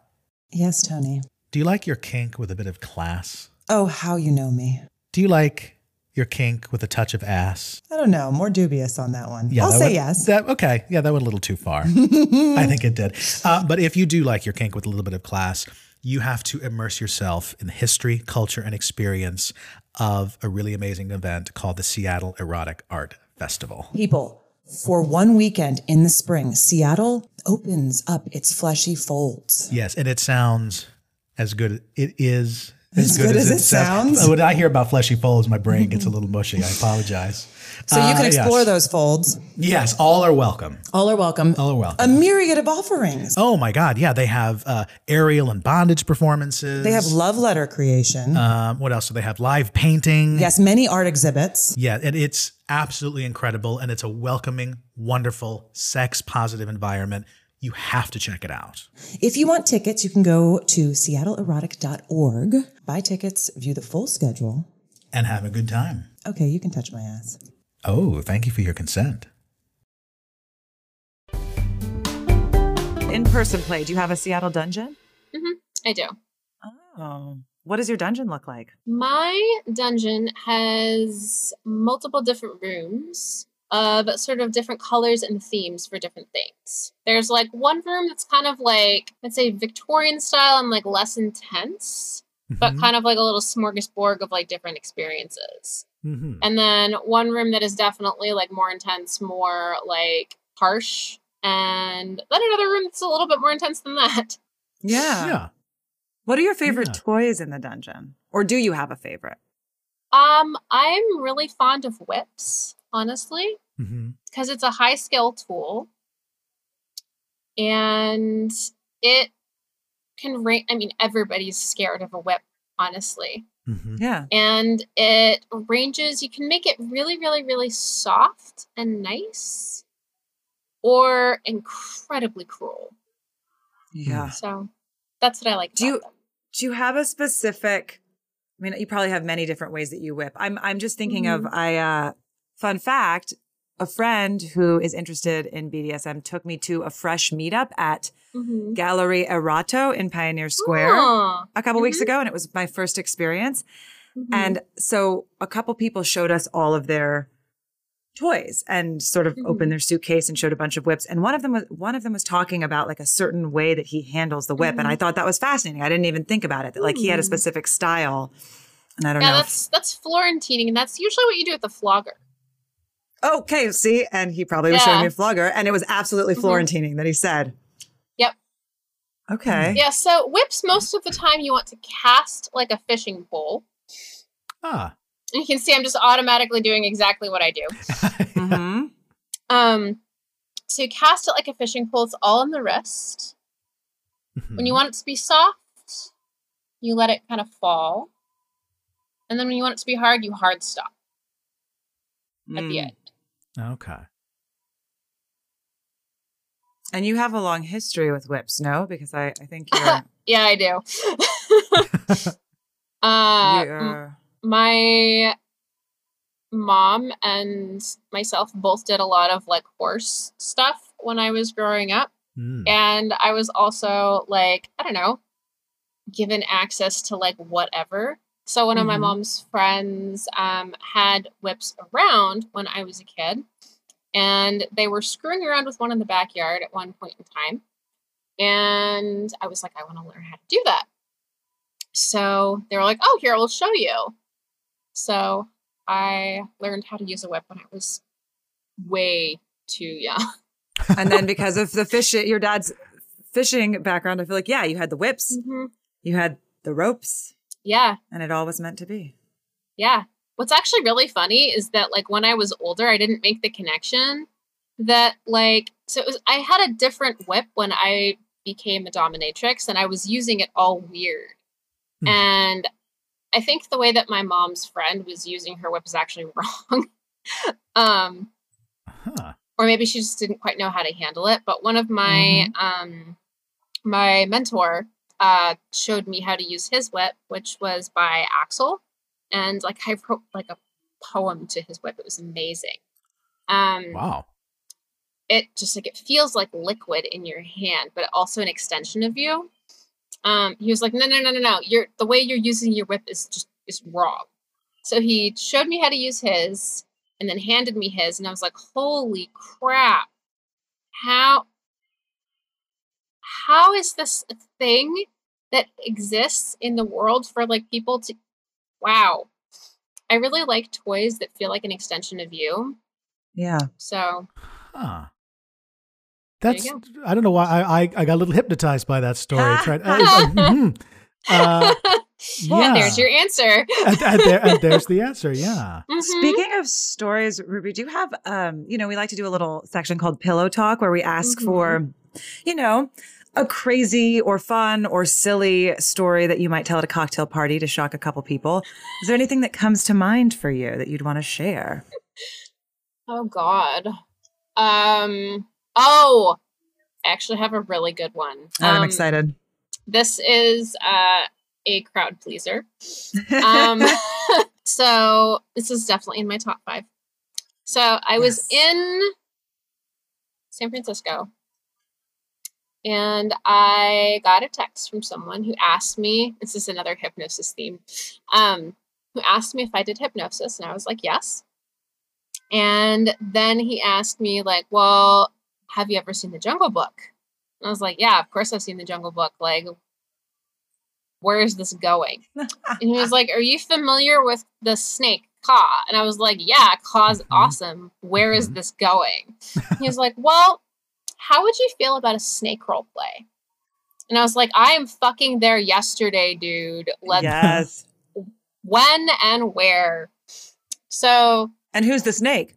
S3: Yes, Tony.
S6: do you like your kink with a bit of class?
S3: Oh, how you know me.
S6: Do you like your kink with a touch of ass?
S3: I don't know. More dubious on that one.
S6: that went- That, okay. Yeah, that went a little too far. I think it did. Uh, but if you do like your kink with a little bit of class, you have to immerse yourself in the history, culture, and experience of a really amazing event called the Seattle Erotic Art Festival.
S5: People, for one weekend in the spring, Seattle opens up its fleshy folds.
S6: Yes, and it sounds as good. It is as,
S5: good as it sounds?
S6: When I hear about fleshy folds, my brain gets a little mushy. I apologize.
S5: So you
S6: Uh,
S5: can explore
S6: yes.
S5: those folds.
S6: Yes, all are welcome.
S5: All are welcome.
S6: All are welcome.
S5: A myriad of offerings.
S6: Oh my God! Yeah, they have uh, aerial and bondage performances.
S5: They have love letter creation.
S6: um, what else do they have? Live painting.
S5: yes, many art exhibits.
S6: Yeah, and it's absolutely incredible, and it's a welcoming, wonderful, sex positive environment.
S7: you have to check it out.
S8: If you want tickets, you can go to seattleerotic.org, buy tickets, view the full schedule.
S7: And have a good time.
S8: Okay, you can touch my ass.
S7: Oh, thank you for your consent.
S3: In person play, do you have a Seattle dungeon?
S1: I do.
S3: Oh. What does your dungeon look like?
S1: My dungeon has multiple different rooms of sort of different colors and themes for different things. There's like one room that's kind of like, I'd say Victorian style and like less intense, but
S6: Mm-hmm.
S2: Mm-hmm.
S1: kind of like a little smorgasbord of like different experiences.
S6: Mm-hmm.
S2: hmm
S1: And then one room that is definitely like more intense, more like harsh. And then another room that's a little bit more intense than that.
S3: Yeah.
S2: Yeah.
S3: What are your favorite
S2: Yeah.
S3: toys in the dungeon? Or do you have a favorite?
S1: Um, I'm really fond of whips, honestly.
S2: hmm
S1: because it's a high skill tool and it can range i mean everybody's scared of a whip honestly
S2: hmm
S3: Yeah.
S1: and it ranges you can make it really really really soft and nice or incredibly cruel
S3: Yeah.
S1: so that's what i like
S3: Ah. Do
S1: about
S3: you-
S1: them.
S3: Do you have a specific I mean, you probably have many different ways that you whip. I'm I'm just thinking of I uh fun fact, a friend who is interested in BDSM took me to a fresh meetup at
S1: Mhm.
S3: Gallery Erato in Pioneer Square
S1: Ah,
S3: a couple weeks
S1: Mhm.
S3: ago and it was my first experience.
S1: mhm.
S3: And so a couple people showed us all of their toys and sort
S1: Mm-hmm.
S3: of opened their suitcase and showed a bunch of whips. And one of them was one of them was talking about like a certain way that he handles the whip. And I thought that was fascinating. I didn't even think about it. That like he had a
S1: Mm-hmm. Mm.
S3: specific style. And I don't
S1: yeah
S3: know.
S1: that's that's florentining and that's usually what you do with the flogger
S3: okay, see, and he probably was showing
S1: Yeah.
S3: me a flogger, and it was absolutely
S1: Mhm.
S3: florentining that he said.
S1: Yep.
S3: Okay.
S1: yeah so whips most of the time you want to cast like a fishing pole
S2: Ah.
S1: you can see I'm just automatically doing exactly what I do.
S2: Mm-hmm.
S3: hmm
S1: Um, so you cast it like a fishing pole. It's all in the wrist. When you want it to be soft, you let it kind of fall, and then when you want it to be hard, you hard stop at
S3: Mm.
S1: the end.
S2: okay.
S3: And you have a long history with whips, no? Because I, I think you're,
S1: Yeah, I do. uh, m-
S3: you're
S1: my mom and myself both did a lot of like horse stuff when I was growing up.
S2: Mm.
S1: and I was also like, I don't know, given access to like whatever. So one of my
S3: Mhm.
S1: mom's friends um, had whips around when I was a kid, and they were screwing around with one in the backyard at one point in time. And I was like, I want to learn how to do that. So they were like, Oh, here, we'll show you. So I learned how to use a whip when I was way too young.
S3: and then because of the fish, your dad's fishing background, I feel like yeah, you had the whips, you had the ropes,
S1: Yeah,
S3: and it all was meant to be.
S1: Yeah. What's actually really funny is that like when I was older, I didn't make the connection that like so it was I had a different whip when I became a dominatrix and I was using it all weird.
S2: Hmm.
S1: And I think the way that my mom's friend was using her whip is actually wrong. um
S2: Huh.
S1: or maybe she just didn't quite know how to handle it, but one of my um my mentor uh showed me how to use his whip, which was by Axel and like I wrote like a poem to his whip. It was amazing. Um,
S2: Wow.
S1: it just like it feels like liquid in your hand, but also an extension of you. Um, he was like, no, no, no, no, no. You're the way you're using your whip is just is wrong. So he showed me how to use his, and then handed me his, and I was like, holy crap! How how is this a thing that exists in the world for like people to? Wow, I really like toys that feel like an extension of you.
S3: Yeah.
S1: Mm-hmm. So
S2: Huh.
S1: There you
S2: That's I don't know why I, I I got a little hypnotized by that story. Tried, I, mhm. Uh, yeah.
S1: And there's your answer.
S2: and, and there, and there's the answer. Yeah.
S1: Mhm.
S3: Speaking of stories, Ruby, do you have um, you know, we like to do a little section called Pillow Talk where we ask
S1: Mhm.
S3: for, you know, a crazy or fun or silly story that you might tell at a cocktail party to shock a couple people. Is there anything that comes to mind for you that you'd want to share?
S4: Mm-hmm.
S1: Oh God. Um. Oh, actually have a really good one.
S4: Oh, I'm
S1: Um,
S4: excited.
S1: This is uh, a crowd pleaser. Um, so this is definitely in my top five. So I was
S4: Yes.
S1: in San Francisco and I got a text from someone who asked me, this is another hypnosis theme, um, who asked me if I did hypnosis. And I was like, yes. And then he asked me, like, well, have you ever seen the Jungle Book? And I was like, yeah, of course I've seen the Jungle Book. Like, where is this going? And he was like, Are you familiar with the snake Ka? And I was like, Yeah, Ka's
S6: Mhm.
S1: awesome. Where is
S6: Mhm.
S1: this going? he was like, Well, how would you feel about a snake role play? And I was like, I am fucking there yesterday, dude. Let's
S4: yes.
S1: when and where. So
S4: And who's the snake?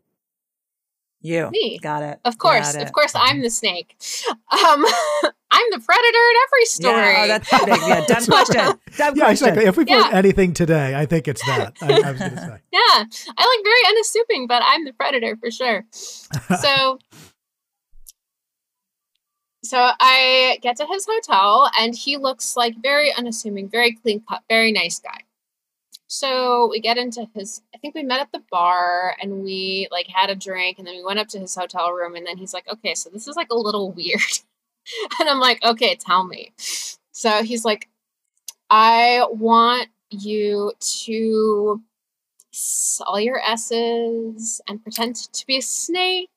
S4: You.
S1: me.
S4: Got it.
S1: Of course,
S4: Got
S1: of
S4: it.
S1: course I'm the snake. Um I'm the predator in every story.
S4: Yeah, oh, that's so big. Yeah, dumb
S2: That's
S4: question. Dumb
S2: Yeah,
S4: question.
S2: exactly. If we've learned
S1: Yeah.
S2: anything today, I think it's that. I, I was going to say.
S1: Yeah, I look very unassuming, but I'm the predator for sure. So, so I get to his hotel, and he looks like very unassuming, very clean cut, very nice guy. So we get into his. I think we met at the bar, and we like had a drink, and then we went up to his hotel room, and then he's like, "Okay, so this is like a little weird," and I'm like, "Okay, tell me." So he's like, "I want." you to s- all your S's and pretend to be a snake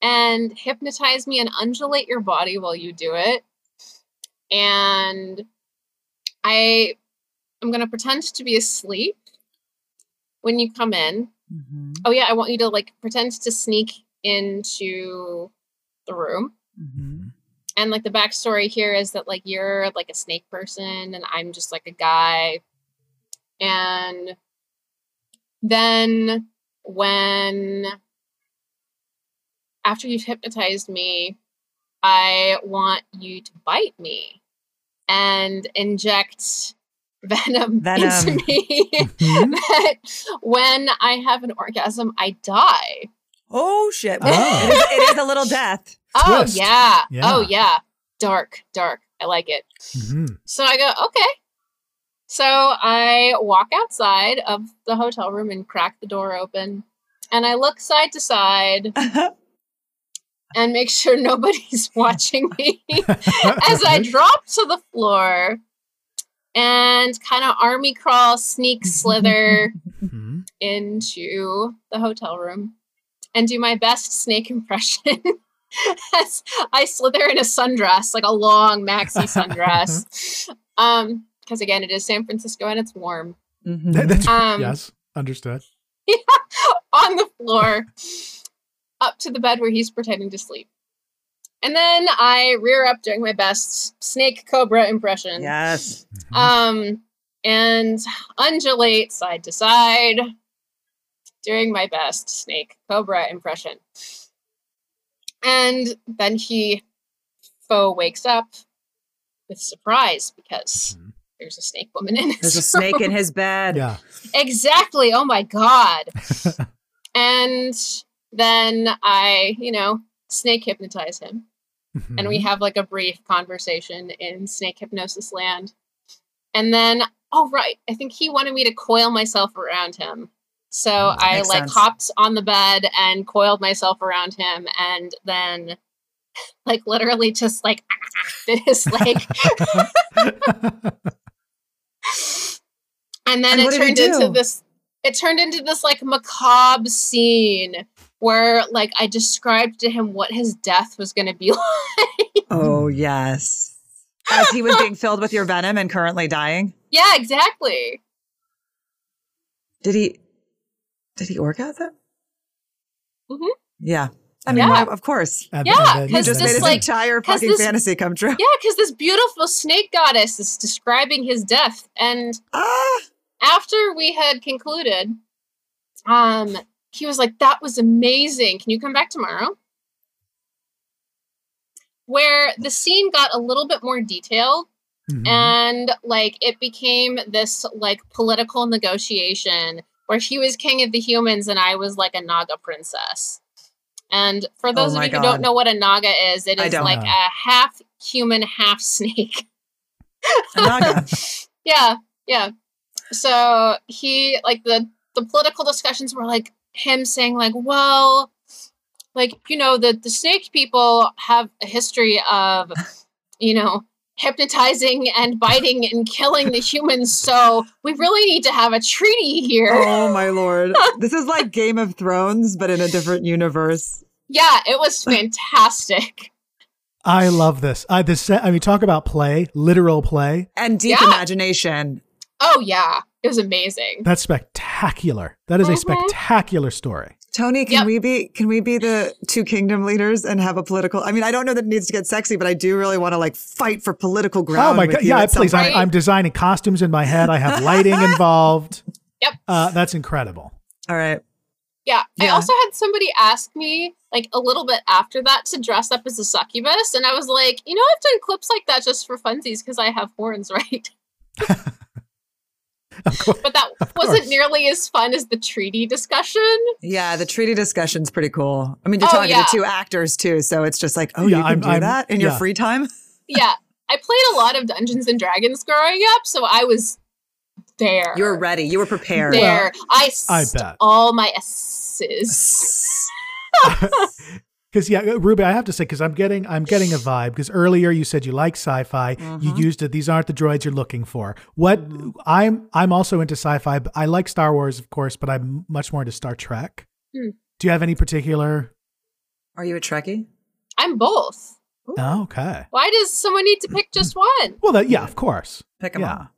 S1: and hypnotize me and undulate your body while you do it. And I am going to pretend to be asleep when you come in.
S4: Mhm,
S1: Oh, yeah, I want you to like pretend to sneak into the room
S4: mhm.
S1: and like the backstory here is that like you're like a snake person and i'm just like a guy and then when after you've hypnotized me i want you to bite me and inject venom,
S4: Venom.
S1: into me
S2: Mm-hmm.
S1: that when i have an orgasm i die
S4: Oh shit!
S6: Oh.
S4: It, is, it is a little death.
S1: oh
S6: Twist.
S1: yeah. oh
S2: Yeah.
S1: yeah dark dark i like it
S2: Mhm.
S1: so I go, okay. So I walk outside of the hotel room and crack the door open. And I look side to side
S4: Mm-hmm.
S1: and make sure nobody's watching me
S2: Mm-hmm.
S1: as I drop to the floor and kind of army crawl, sneak, slither
S2: Mhm.
S1: into the hotel room and do my best snake impression as I slither in a sundress, like a long maxi sundress. um, because again, it is San Francisco and it's warm
S2: That- that's-
S1: Um,
S2: yes, understood.
S1: on the floor up to the bed where he's pretending to sleep. And then I rear up doing my best snake cobra impression.
S4: Yes.
S2: Mm-hmm.
S4: Mm-hmm.
S1: um, and undulate side to side, doing my best snake cobra impression. And then he foe wakes up with surprise because
S2: Mhm.
S1: there's a snake woman in his
S4: Mm-hmm. There's a
S1: room.
S4: snake in his bed.
S2: Yeah.
S1: Exactly. Oh my god. and then I, you know, snake hypnotize him
S2: Mm-hmm.
S1: and
S4: Mm-hmm.
S1: we have like a brief conversation in snake hypnosis land and then oh right i think he wanted me to coil myself around him so i
S4: Mm, Makes
S1: like
S4: sense.
S1: hopped on the bed and coiled myself around him and then like literally just like bit his leg and then
S4: And what
S1: it
S4: did he
S1: turned into
S4: do?
S1: this it turned into this like macabre scene where like i described to him what his death was going to be like
S4: Oh yes. As he was being filled with your venom and currently dying.
S1: yeah exactly
S4: Did he? Did he orgasm?
S1: Mhm.
S4: Yeah. I mean,
S1: Yeah.
S4: why- of course.
S2: And-
S1: Yeah,
S2: and then-
S4: You
S1: Because
S4: just
S1: this,
S4: made his
S1: like-
S4: entire
S1: 'cause
S4: fucking
S1: this-
S4: fantasy come true.
S1: Yeah, because this beautiful snake goddess is describing his death. And
S4: Ah!
S1: after we had concluded, um, he was like, That was amazing. Can you come back tomorrow? Where the scene got a little bit more detailed
S3: Mm-hmm.
S2: Mhm.
S1: and like it became this like political negotiation where he was king of the humans and I was like a Naga princess. And for those of
S3: Oh my
S1: you who don't
S3: God.
S1: know what a naga is, it
S3: I
S1: is
S3: don't
S1: like
S2: know.
S1: a half human, half snake.
S3: Anaga.
S1: Yeah, yeah. So he like the the political discussions were like him saying like, well, like you know the the snake people have a history of, you know, hypnotizing and biting and killing the humans. So we really need to have a treaty here.
S3: oh my lord. This is like Game of Thrones, but in a different universe.
S1: Yeah, it was fantastic.
S2: I love this. I this I mean, talk about play, literal play.
S3: And deep
S1: Yeah.
S3: imagination.
S1: Oh yeah, it was amazing.
S2: That's spectacular. That is a
S1: Mhm.
S2: spectacular story.
S3: Tony, can
S1: Yep.
S3: we be can we be the two kingdom leaders and have a political? I mean, I don't know that it needs to get sexy, but I do really want to like fight for political ground.
S2: oh my
S3: with
S2: god!
S3: you
S2: Yeah,
S3: at some
S2: please.
S1: point.
S2: I, I'm designing costumes in my head. I have lighting involved.
S1: Yep.
S2: Uh, that's incredible.
S3: All right.
S1: Yeah. I
S3: Yeah.
S1: also had somebody ask me, like, a little bit after that to dress up as a succubus. And I was like, you know, I've done clips like that just for funsies because I have horns, right? but that wasn't
S2: course.
S1: nearly as fun as the treaty discussion.
S3: Yeah, the treaty discussion's pretty cool. I mean, you're
S1: Oh,
S3: talking
S1: yeah.
S3: to two actors too, so it's just like, oh,
S2: Yeah,
S3: you can
S2: I'm-
S3: do
S2: I'm-
S3: that in your
S2: yeah.
S3: free time.
S1: Yeah. I played a lot of Dungeons and Dragons growing up, so I was there.
S4: You were ready. You were prepared.
S1: there. I,
S2: I
S1: I
S2: bet.
S1: all my S's.
S2: Because yeah, uh, Ruby, I have to say, because I'm getting I'm getting a vibe. Because earlier you said you like sci-fi,
S1: Mm-hmm.
S2: you used it. These aren't the droids you're looking for. What I'm I'm also into sci-fi. But I like Star Wars, of course, but I'm much more into Star Trek.
S1: Hmm.
S2: Do you have any particular?
S4: Are you a Trekkie?
S1: I'm both.
S2: Oh, okay.
S1: Why does someone need to pick just one?
S2: Well, that, yeah, of course.
S4: Pick 'em
S2: yeah,
S4: up.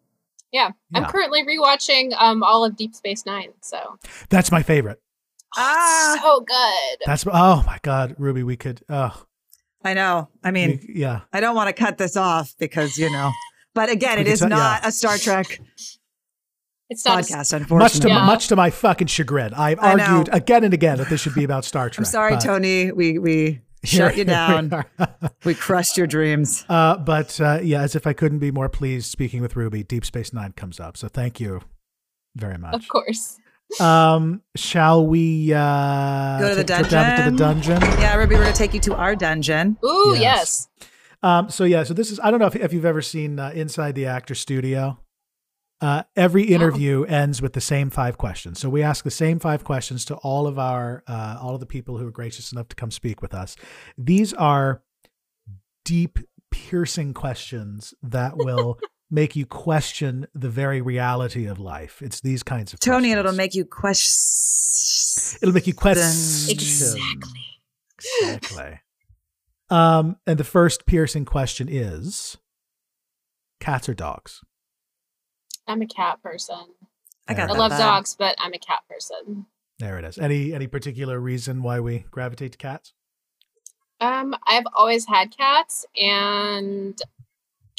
S1: Yeah.
S2: Yeah.
S1: I'm currently rewatching um all of Deep Space Nine, so
S2: that's my favorite.
S3: Ah,
S1: so good.
S2: That's oh my god, Ruby, we could. Oh,
S3: I know. I
S2: we-
S3: mean,
S2: yeah.
S3: I don't want to cut this off because you know, but again,
S2: We
S3: it
S2: can
S3: is
S2: tell-
S3: not
S2: yeah.
S3: a Star Trek
S1: It's not a,
S3: podcast,
S2: Much to
S3: unfortunately.
S1: Yeah.
S2: much to my fucking chagrin, I've
S3: I know.
S2: argued again and again that this should be about Star Trek.
S3: I'm sorry,
S2: but
S3: Tony. We we
S2: here-
S3: shut you
S2: here we
S3: down.
S2: are.
S3: we crushed your dreams.
S2: Uh, but uh, yeah, as if I couldn't be more pleased speaking with Ruby, Deep Space Nine comes up. So thank you very
S1: of
S2: much.
S1: course.
S2: Um, shall we uh,
S4: Go to the
S2: take a trip down into the dungeon?
S4: Yeah, Ruby, we're going to take you to our dungeon.
S1: Ooh,
S2: Yes.
S1: yes.
S2: Um, so yeah, so this is I don't know if, if you've ever seen uh, Inside the Actor Studio. Uh, every interview ends with the same five questions. So we ask the same five questions to all of our uh, all of the people who are gracious enough to come speak with us. These are deep, piercing questions that will make you question the very reality of life. It's these kinds of
S4: Tony,
S2: questions.
S4: and it'll make you question.
S2: It'll make you question.
S1: Exactly.
S2: Exactly. um, and the first piercing question is cats or dogs?
S1: I'm a cat person.
S4: I got
S1: I
S4: Not
S1: love
S4: bad.
S1: dogs, but I'm a cat person.
S2: There it is. Any any particular reason why we gravitate to cats?
S1: Um, I've always had cats and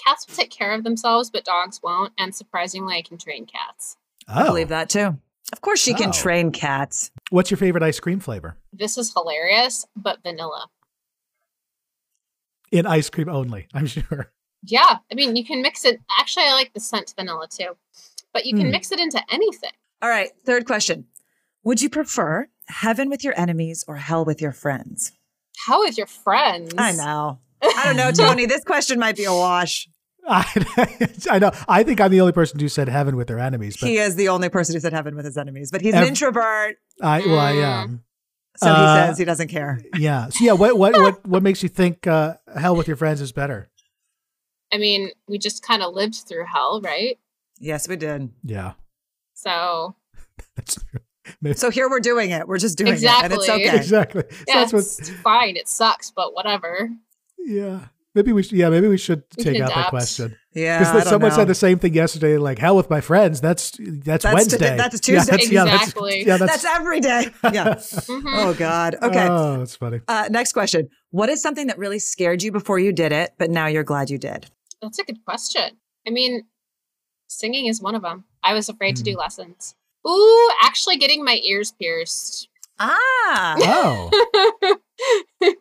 S1: cats will take care of themselves, but dogs won't. And surprisingly, I can train cats.
S2: Oh.
S4: I believe that too.
S3: Of course, she
S2: Oh.
S3: can train cats.
S2: What's your favorite ice cream flavor?
S1: This is hilarious, but vanilla.
S2: In ice cream only, I'm sure.
S1: Yeah. I mean, you can mix it. Actually, I like the scent vanilla too, but you can
S2: Hmm.
S1: mix it into anything.
S4: All right, third question.
S3: Would you prefer heaven with your enemies or hell with your friends?
S1: How with your friends?
S3: I know. I don't know, Tony. This question might be a wash.
S2: I, I know. I think I'm the only person who said heaven with their enemies, but
S3: He is the only person who said heaven with his enemies, but he's
S2: Ev-
S3: an introvert,
S2: I well I am.
S3: so
S2: Uh,
S3: he says he doesn't care.
S2: Yeah. So yeah, what what what what makes you think uh, hell with your friends is better?
S1: I mean, we just kind of lived through hell, right?
S3: Yes, we did.
S2: Yeah.
S1: So
S2: That's true.
S3: So here we're doing it. We're just doing it, and
S1: Exactly.
S3: it's okay.
S2: Exactly. So
S1: yeah,
S2: that's what
S1: it's fine. It sucks, but whatever.
S2: yeah. Maybe we should yeah, maybe we should
S1: We
S2: take
S1: can
S2: out that
S1: adapt.
S2: question.
S3: Yeah, I
S2: Because
S3: don't
S2: someone
S3: know.
S2: said the same thing yesterday, like hell with my friends. That's that's,
S3: That's t-
S2: Wednesday.
S3: that's
S2: Yeah,
S3: Tuesday.
S2: that's, yeah, that's-
S1: Exactly.
S2: Yeah,
S3: That's
S2: that's,
S3: every day. Yeah.
S1: Mhm.
S3: oh God. Okay.
S2: Oh, that's funny.
S3: Uh, next question. What is something that really scared you before you did it, but now you're glad you did?
S1: That's a good question. I mean, singing is one of them. I was afraid to do lessons. Ooh, actually getting my ears pierced.
S3: Ah.
S2: Oh,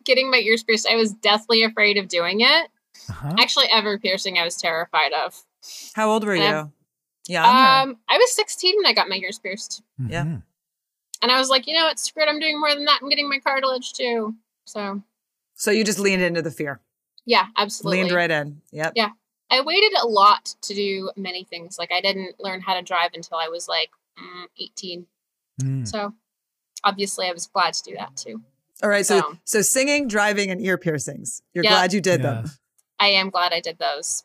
S1: getting my ears pierced. I was deathly afraid of doing it.
S2: uh-huh.
S1: Actually, ever piercing, I was terrified of. Um,
S3: How old were
S1: Yeah.
S3: you? Yeah. I'm
S2: Mm-hmm.
S1: Um, I was 16 when I got my ears pierced.
S3: yeah.
S2: Mhm.
S1: And I was like, you know what, screw it, I'm doing more than that. I'm getting my cartilage too. So
S3: So you just leaned into the fear,
S1: yeah, absolutely.
S3: leaned right in. Yep.
S1: Yeah. I waited a lot to do many things. Like I didn't learn how to drive until I was like mm, 18.
S2: Hmm.
S9: Mm.
S1: So obviously I was glad to do that too.
S3: All right. So,
S1: So-
S3: so singing, driving, and ear piercings. You're
S1: Yeah.
S3: glad you did them.
S2: Yes.
S1: I am glad I did those.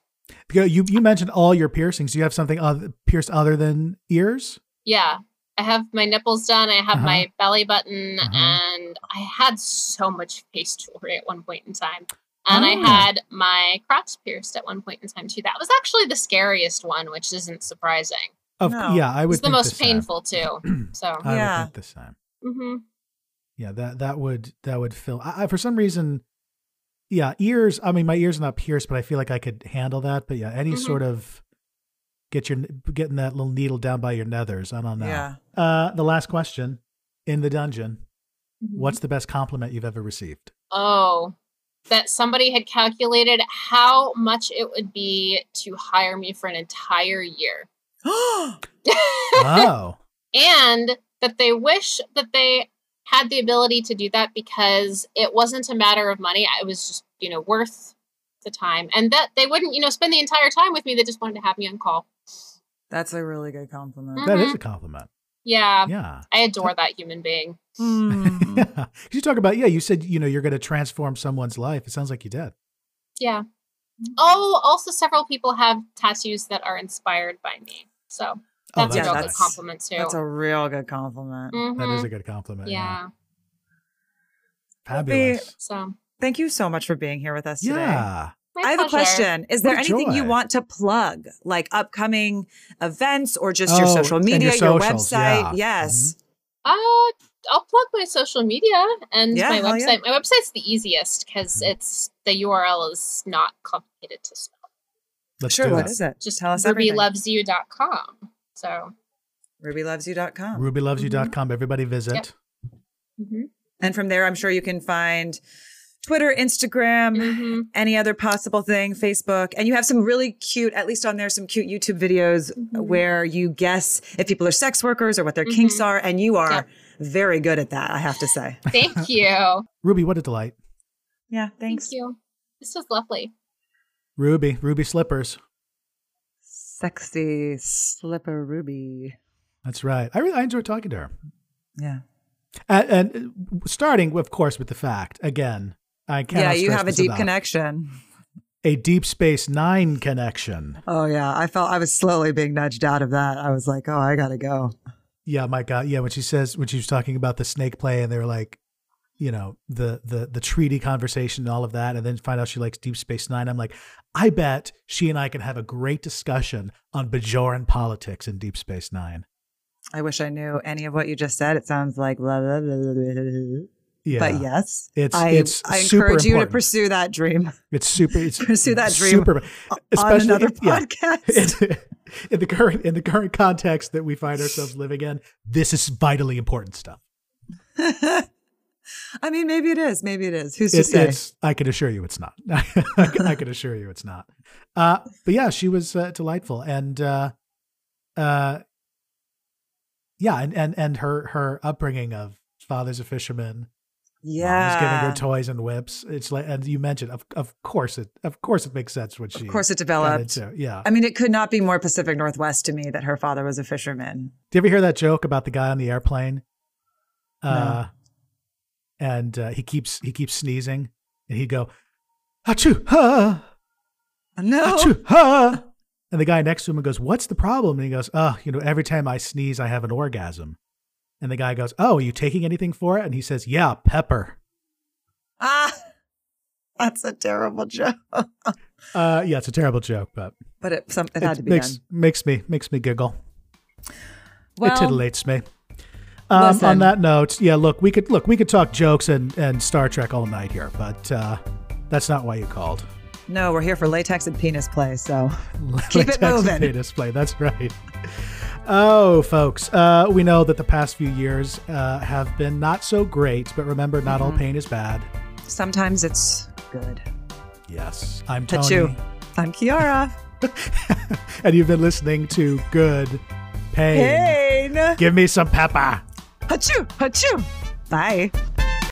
S2: Because You you mentioned all your piercings. Do you have something other, pierced other than ears?
S1: Yeah. I have my nipples done, I have
S2: Uh-huh.
S1: my belly button,
S9: Uh-huh.
S1: and I had so much face jewelry at one point in time. And
S2: Oh.
S1: I had my crotch pierced at one point in time too. That was actually the scariest one, which isn't surprising.
S2: Of
S3: No.
S2: yeah, I
S1: It
S2: would.
S1: was the
S2: think
S1: most
S2: this time.
S1: painful too. So mm-hmm.
S2: I
S3: Yeah.
S2: would think this time.
S1: hmm
S2: Yeah, that that would that would fill. I, I, for some reason, yeah, ears. I mean, my ears are not pierced, but I feel like I could handle that. But yeah, any
S1: Mhm.
S2: sort of get your getting that little needle down by your nethers. I don't know.
S3: Yeah.
S2: Uh, the last question in the dungeon.
S1: Mm-hmm.
S2: What's the best compliment you've ever received?
S1: Oh, that somebody had calculated how much it would be to hire me for an entire year.
S2: oh,
S1: and that they wish that they had the ability to do that because it wasn't a matter of money. It was just, you know, worth the time. And that they wouldn't, you know, spend the entire time with me. They just wanted to have me on call.
S3: That's a really good compliment.
S2: that is
S1: Mhm.
S2: a compliment.
S1: Yeah.
S2: Yeah.
S1: I adore that human being.
S3: Hmm.
S2: Yeah. 'Cause you talk about yeah, you said you know you're going to transform someone's life. It sounds like you did.
S1: Yeah. Oh, also several people have tattoos that are inspired by me. So
S2: Oh,
S1: that's
S3: yeah,
S1: a real
S3: that's-
S1: good compliment too.
S3: That's a real good compliment.
S1: Mhm.
S2: that is a good compliment. Yeah.
S1: yeah.
S2: Fabulous.
S1: So
S3: Thank you so much for being here with us today.
S2: Yeah.
S1: my
S3: I have a
S1: pleasure.
S3: question. Is there
S2: What a
S3: anything you
S2: joy.
S3: want to plug, like upcoming events or just your
S2: Oh,
S3: social
S2: and your
S3: media, your,
S2: socials,
S3: website?
S2: yeah. Mm-hmm.
S3: Yes.
S1: Uh, I'll plug my social media and
S3: Yeah,
S1: my
S3: hell yeah.
S1: website. My website's the easiest because
S2: Mm-hmm.
S1: it's the URL is not complicated to spell.
S2: Let's
S3: Sure.
S2: do
S3: What
S2: it.
S3: is it?
S1: Just
S3: tell us everything.
S1: rubylovesyou.com. So,
S3: rubylovesyou.com.
S2: rubylovesyou.com. Everybody visit.
S1: Yep. mhm.
S3: And from there, I'm sure you can find Twitter, Instagram,
S1: Mhm.
S3: any other possible thing, Facebook. And you have some really cute, at least on there, some cute YouTube videos
S1: Mhm.
S3: where you guess if people are sex workers or what their kinks
S1: Mhm.
S3: are. And you are
S1: Yep.
S3: very good at that, I have to say.
S1: thank you.
S2: Ruby, what a delight.
S3: Yeah, thanks.
S1: Thank you. This was lovely.
S2: Ruby, Ruby slippers.
S3: Sexy slipper Ruby.
S2: That's right. I really I enjoy talking to her.
S3: Yeah.
S2: And, and uh, starting, of course, with the fact again. I cannot
S3: yeah, you
S2: stress
S3: have a
S2: this
S3: deep
S2: enough.
S3: connection.
S2: A deep space nine connection.
S3: Oh yeah, I felt I was slowly being nudged out of that. I was like, oh, I gotta go.
S2: Yeah, my God. Yeah, when she says when she was talking about the snake play, and they were like, you know, the the the treaty conversation and all of that, and then find out she likes Deep Space Nine. I'm like, I bet she and I can have a great discussion on Bajoran politics in Deep Space Nine.
S3: I wish I knew any of what you just said. It sounds like blah, blah, blah, blah, blah, blah.
S2: Yeah,
S3: But yes,
S2: It's-
S3: I,
S2: it's
S3: I
S2: super
S3: encourage you to
S2: important.
S3: pursue that dream
S2: it's super. It's
S3: Pursue that dream
S2: Super,
S3: on
S2: especially
S3: another
S2: yeah.
S3: podcast.
S2: in the current in the current context that we find ourselves living in, this is vitally important stuff.
S3: I mean, maybe it is. Maybe it is. Who's to
S2: It-
S3: say?
S2: it's i can assure you it's not I, can, I can assure you it's not uh but yeah she was uh, delightful and uh uh yeah and and and her her upbringing of father's a fisherman mom's giving
S3: yeah.
S2: her toys and whips it's like and you mentioned of of course it of course it makes sense when she
S3: of course, it
S2: got
S3: developed.
S2: into- yeah
S3: I mean, it could not be more Pacific Northwest to me that her father was a fisherman.
S2: do you ever hear that joke about the guy on the airplane uh and uh, he keeps he keeps sneezing and he'd go achoo ha Ah,
S3: No.
S2: Achoo, ha. And the guy next to him goes, What's the problem? And he goes, Oh, you know, every time I sneeze, I have an orgasm. And the guy goes, Oh, are you taking anything for it? And he says, Yeah, pepper.
S3: Ah, that's a terrible joke.
S2: Uh, yeah, it's a terrible joke, but
S3: But it, some, it, had to be
S2: makes,
S3: done.
S2: makes me makes me giggle. it titillates me. Um,
S3: listen.
S2: on that note, yeah, look, we could look, we could talk jokes and, and Star Trek all night here, but uh, that's not why you called.
S3: No, we're here for latex and penis play, so keep
S2: Latex
S3: it moving.
S2: penis play. That's right. Oh, folks, uh, we know that the past few years uh, have been not so great, but remember, not
S3: Mm-hmm.
S2: all pain is bad.
S3: Sometimes it's good.
S2: Yes, I'm Tony,
S3: Pachu. I'm Kiara.
S2: and you've been listening to Good Pain.
S3: Pain.
S2: Give me some pepper.
S3: Hachoo! Hachoo! Bye.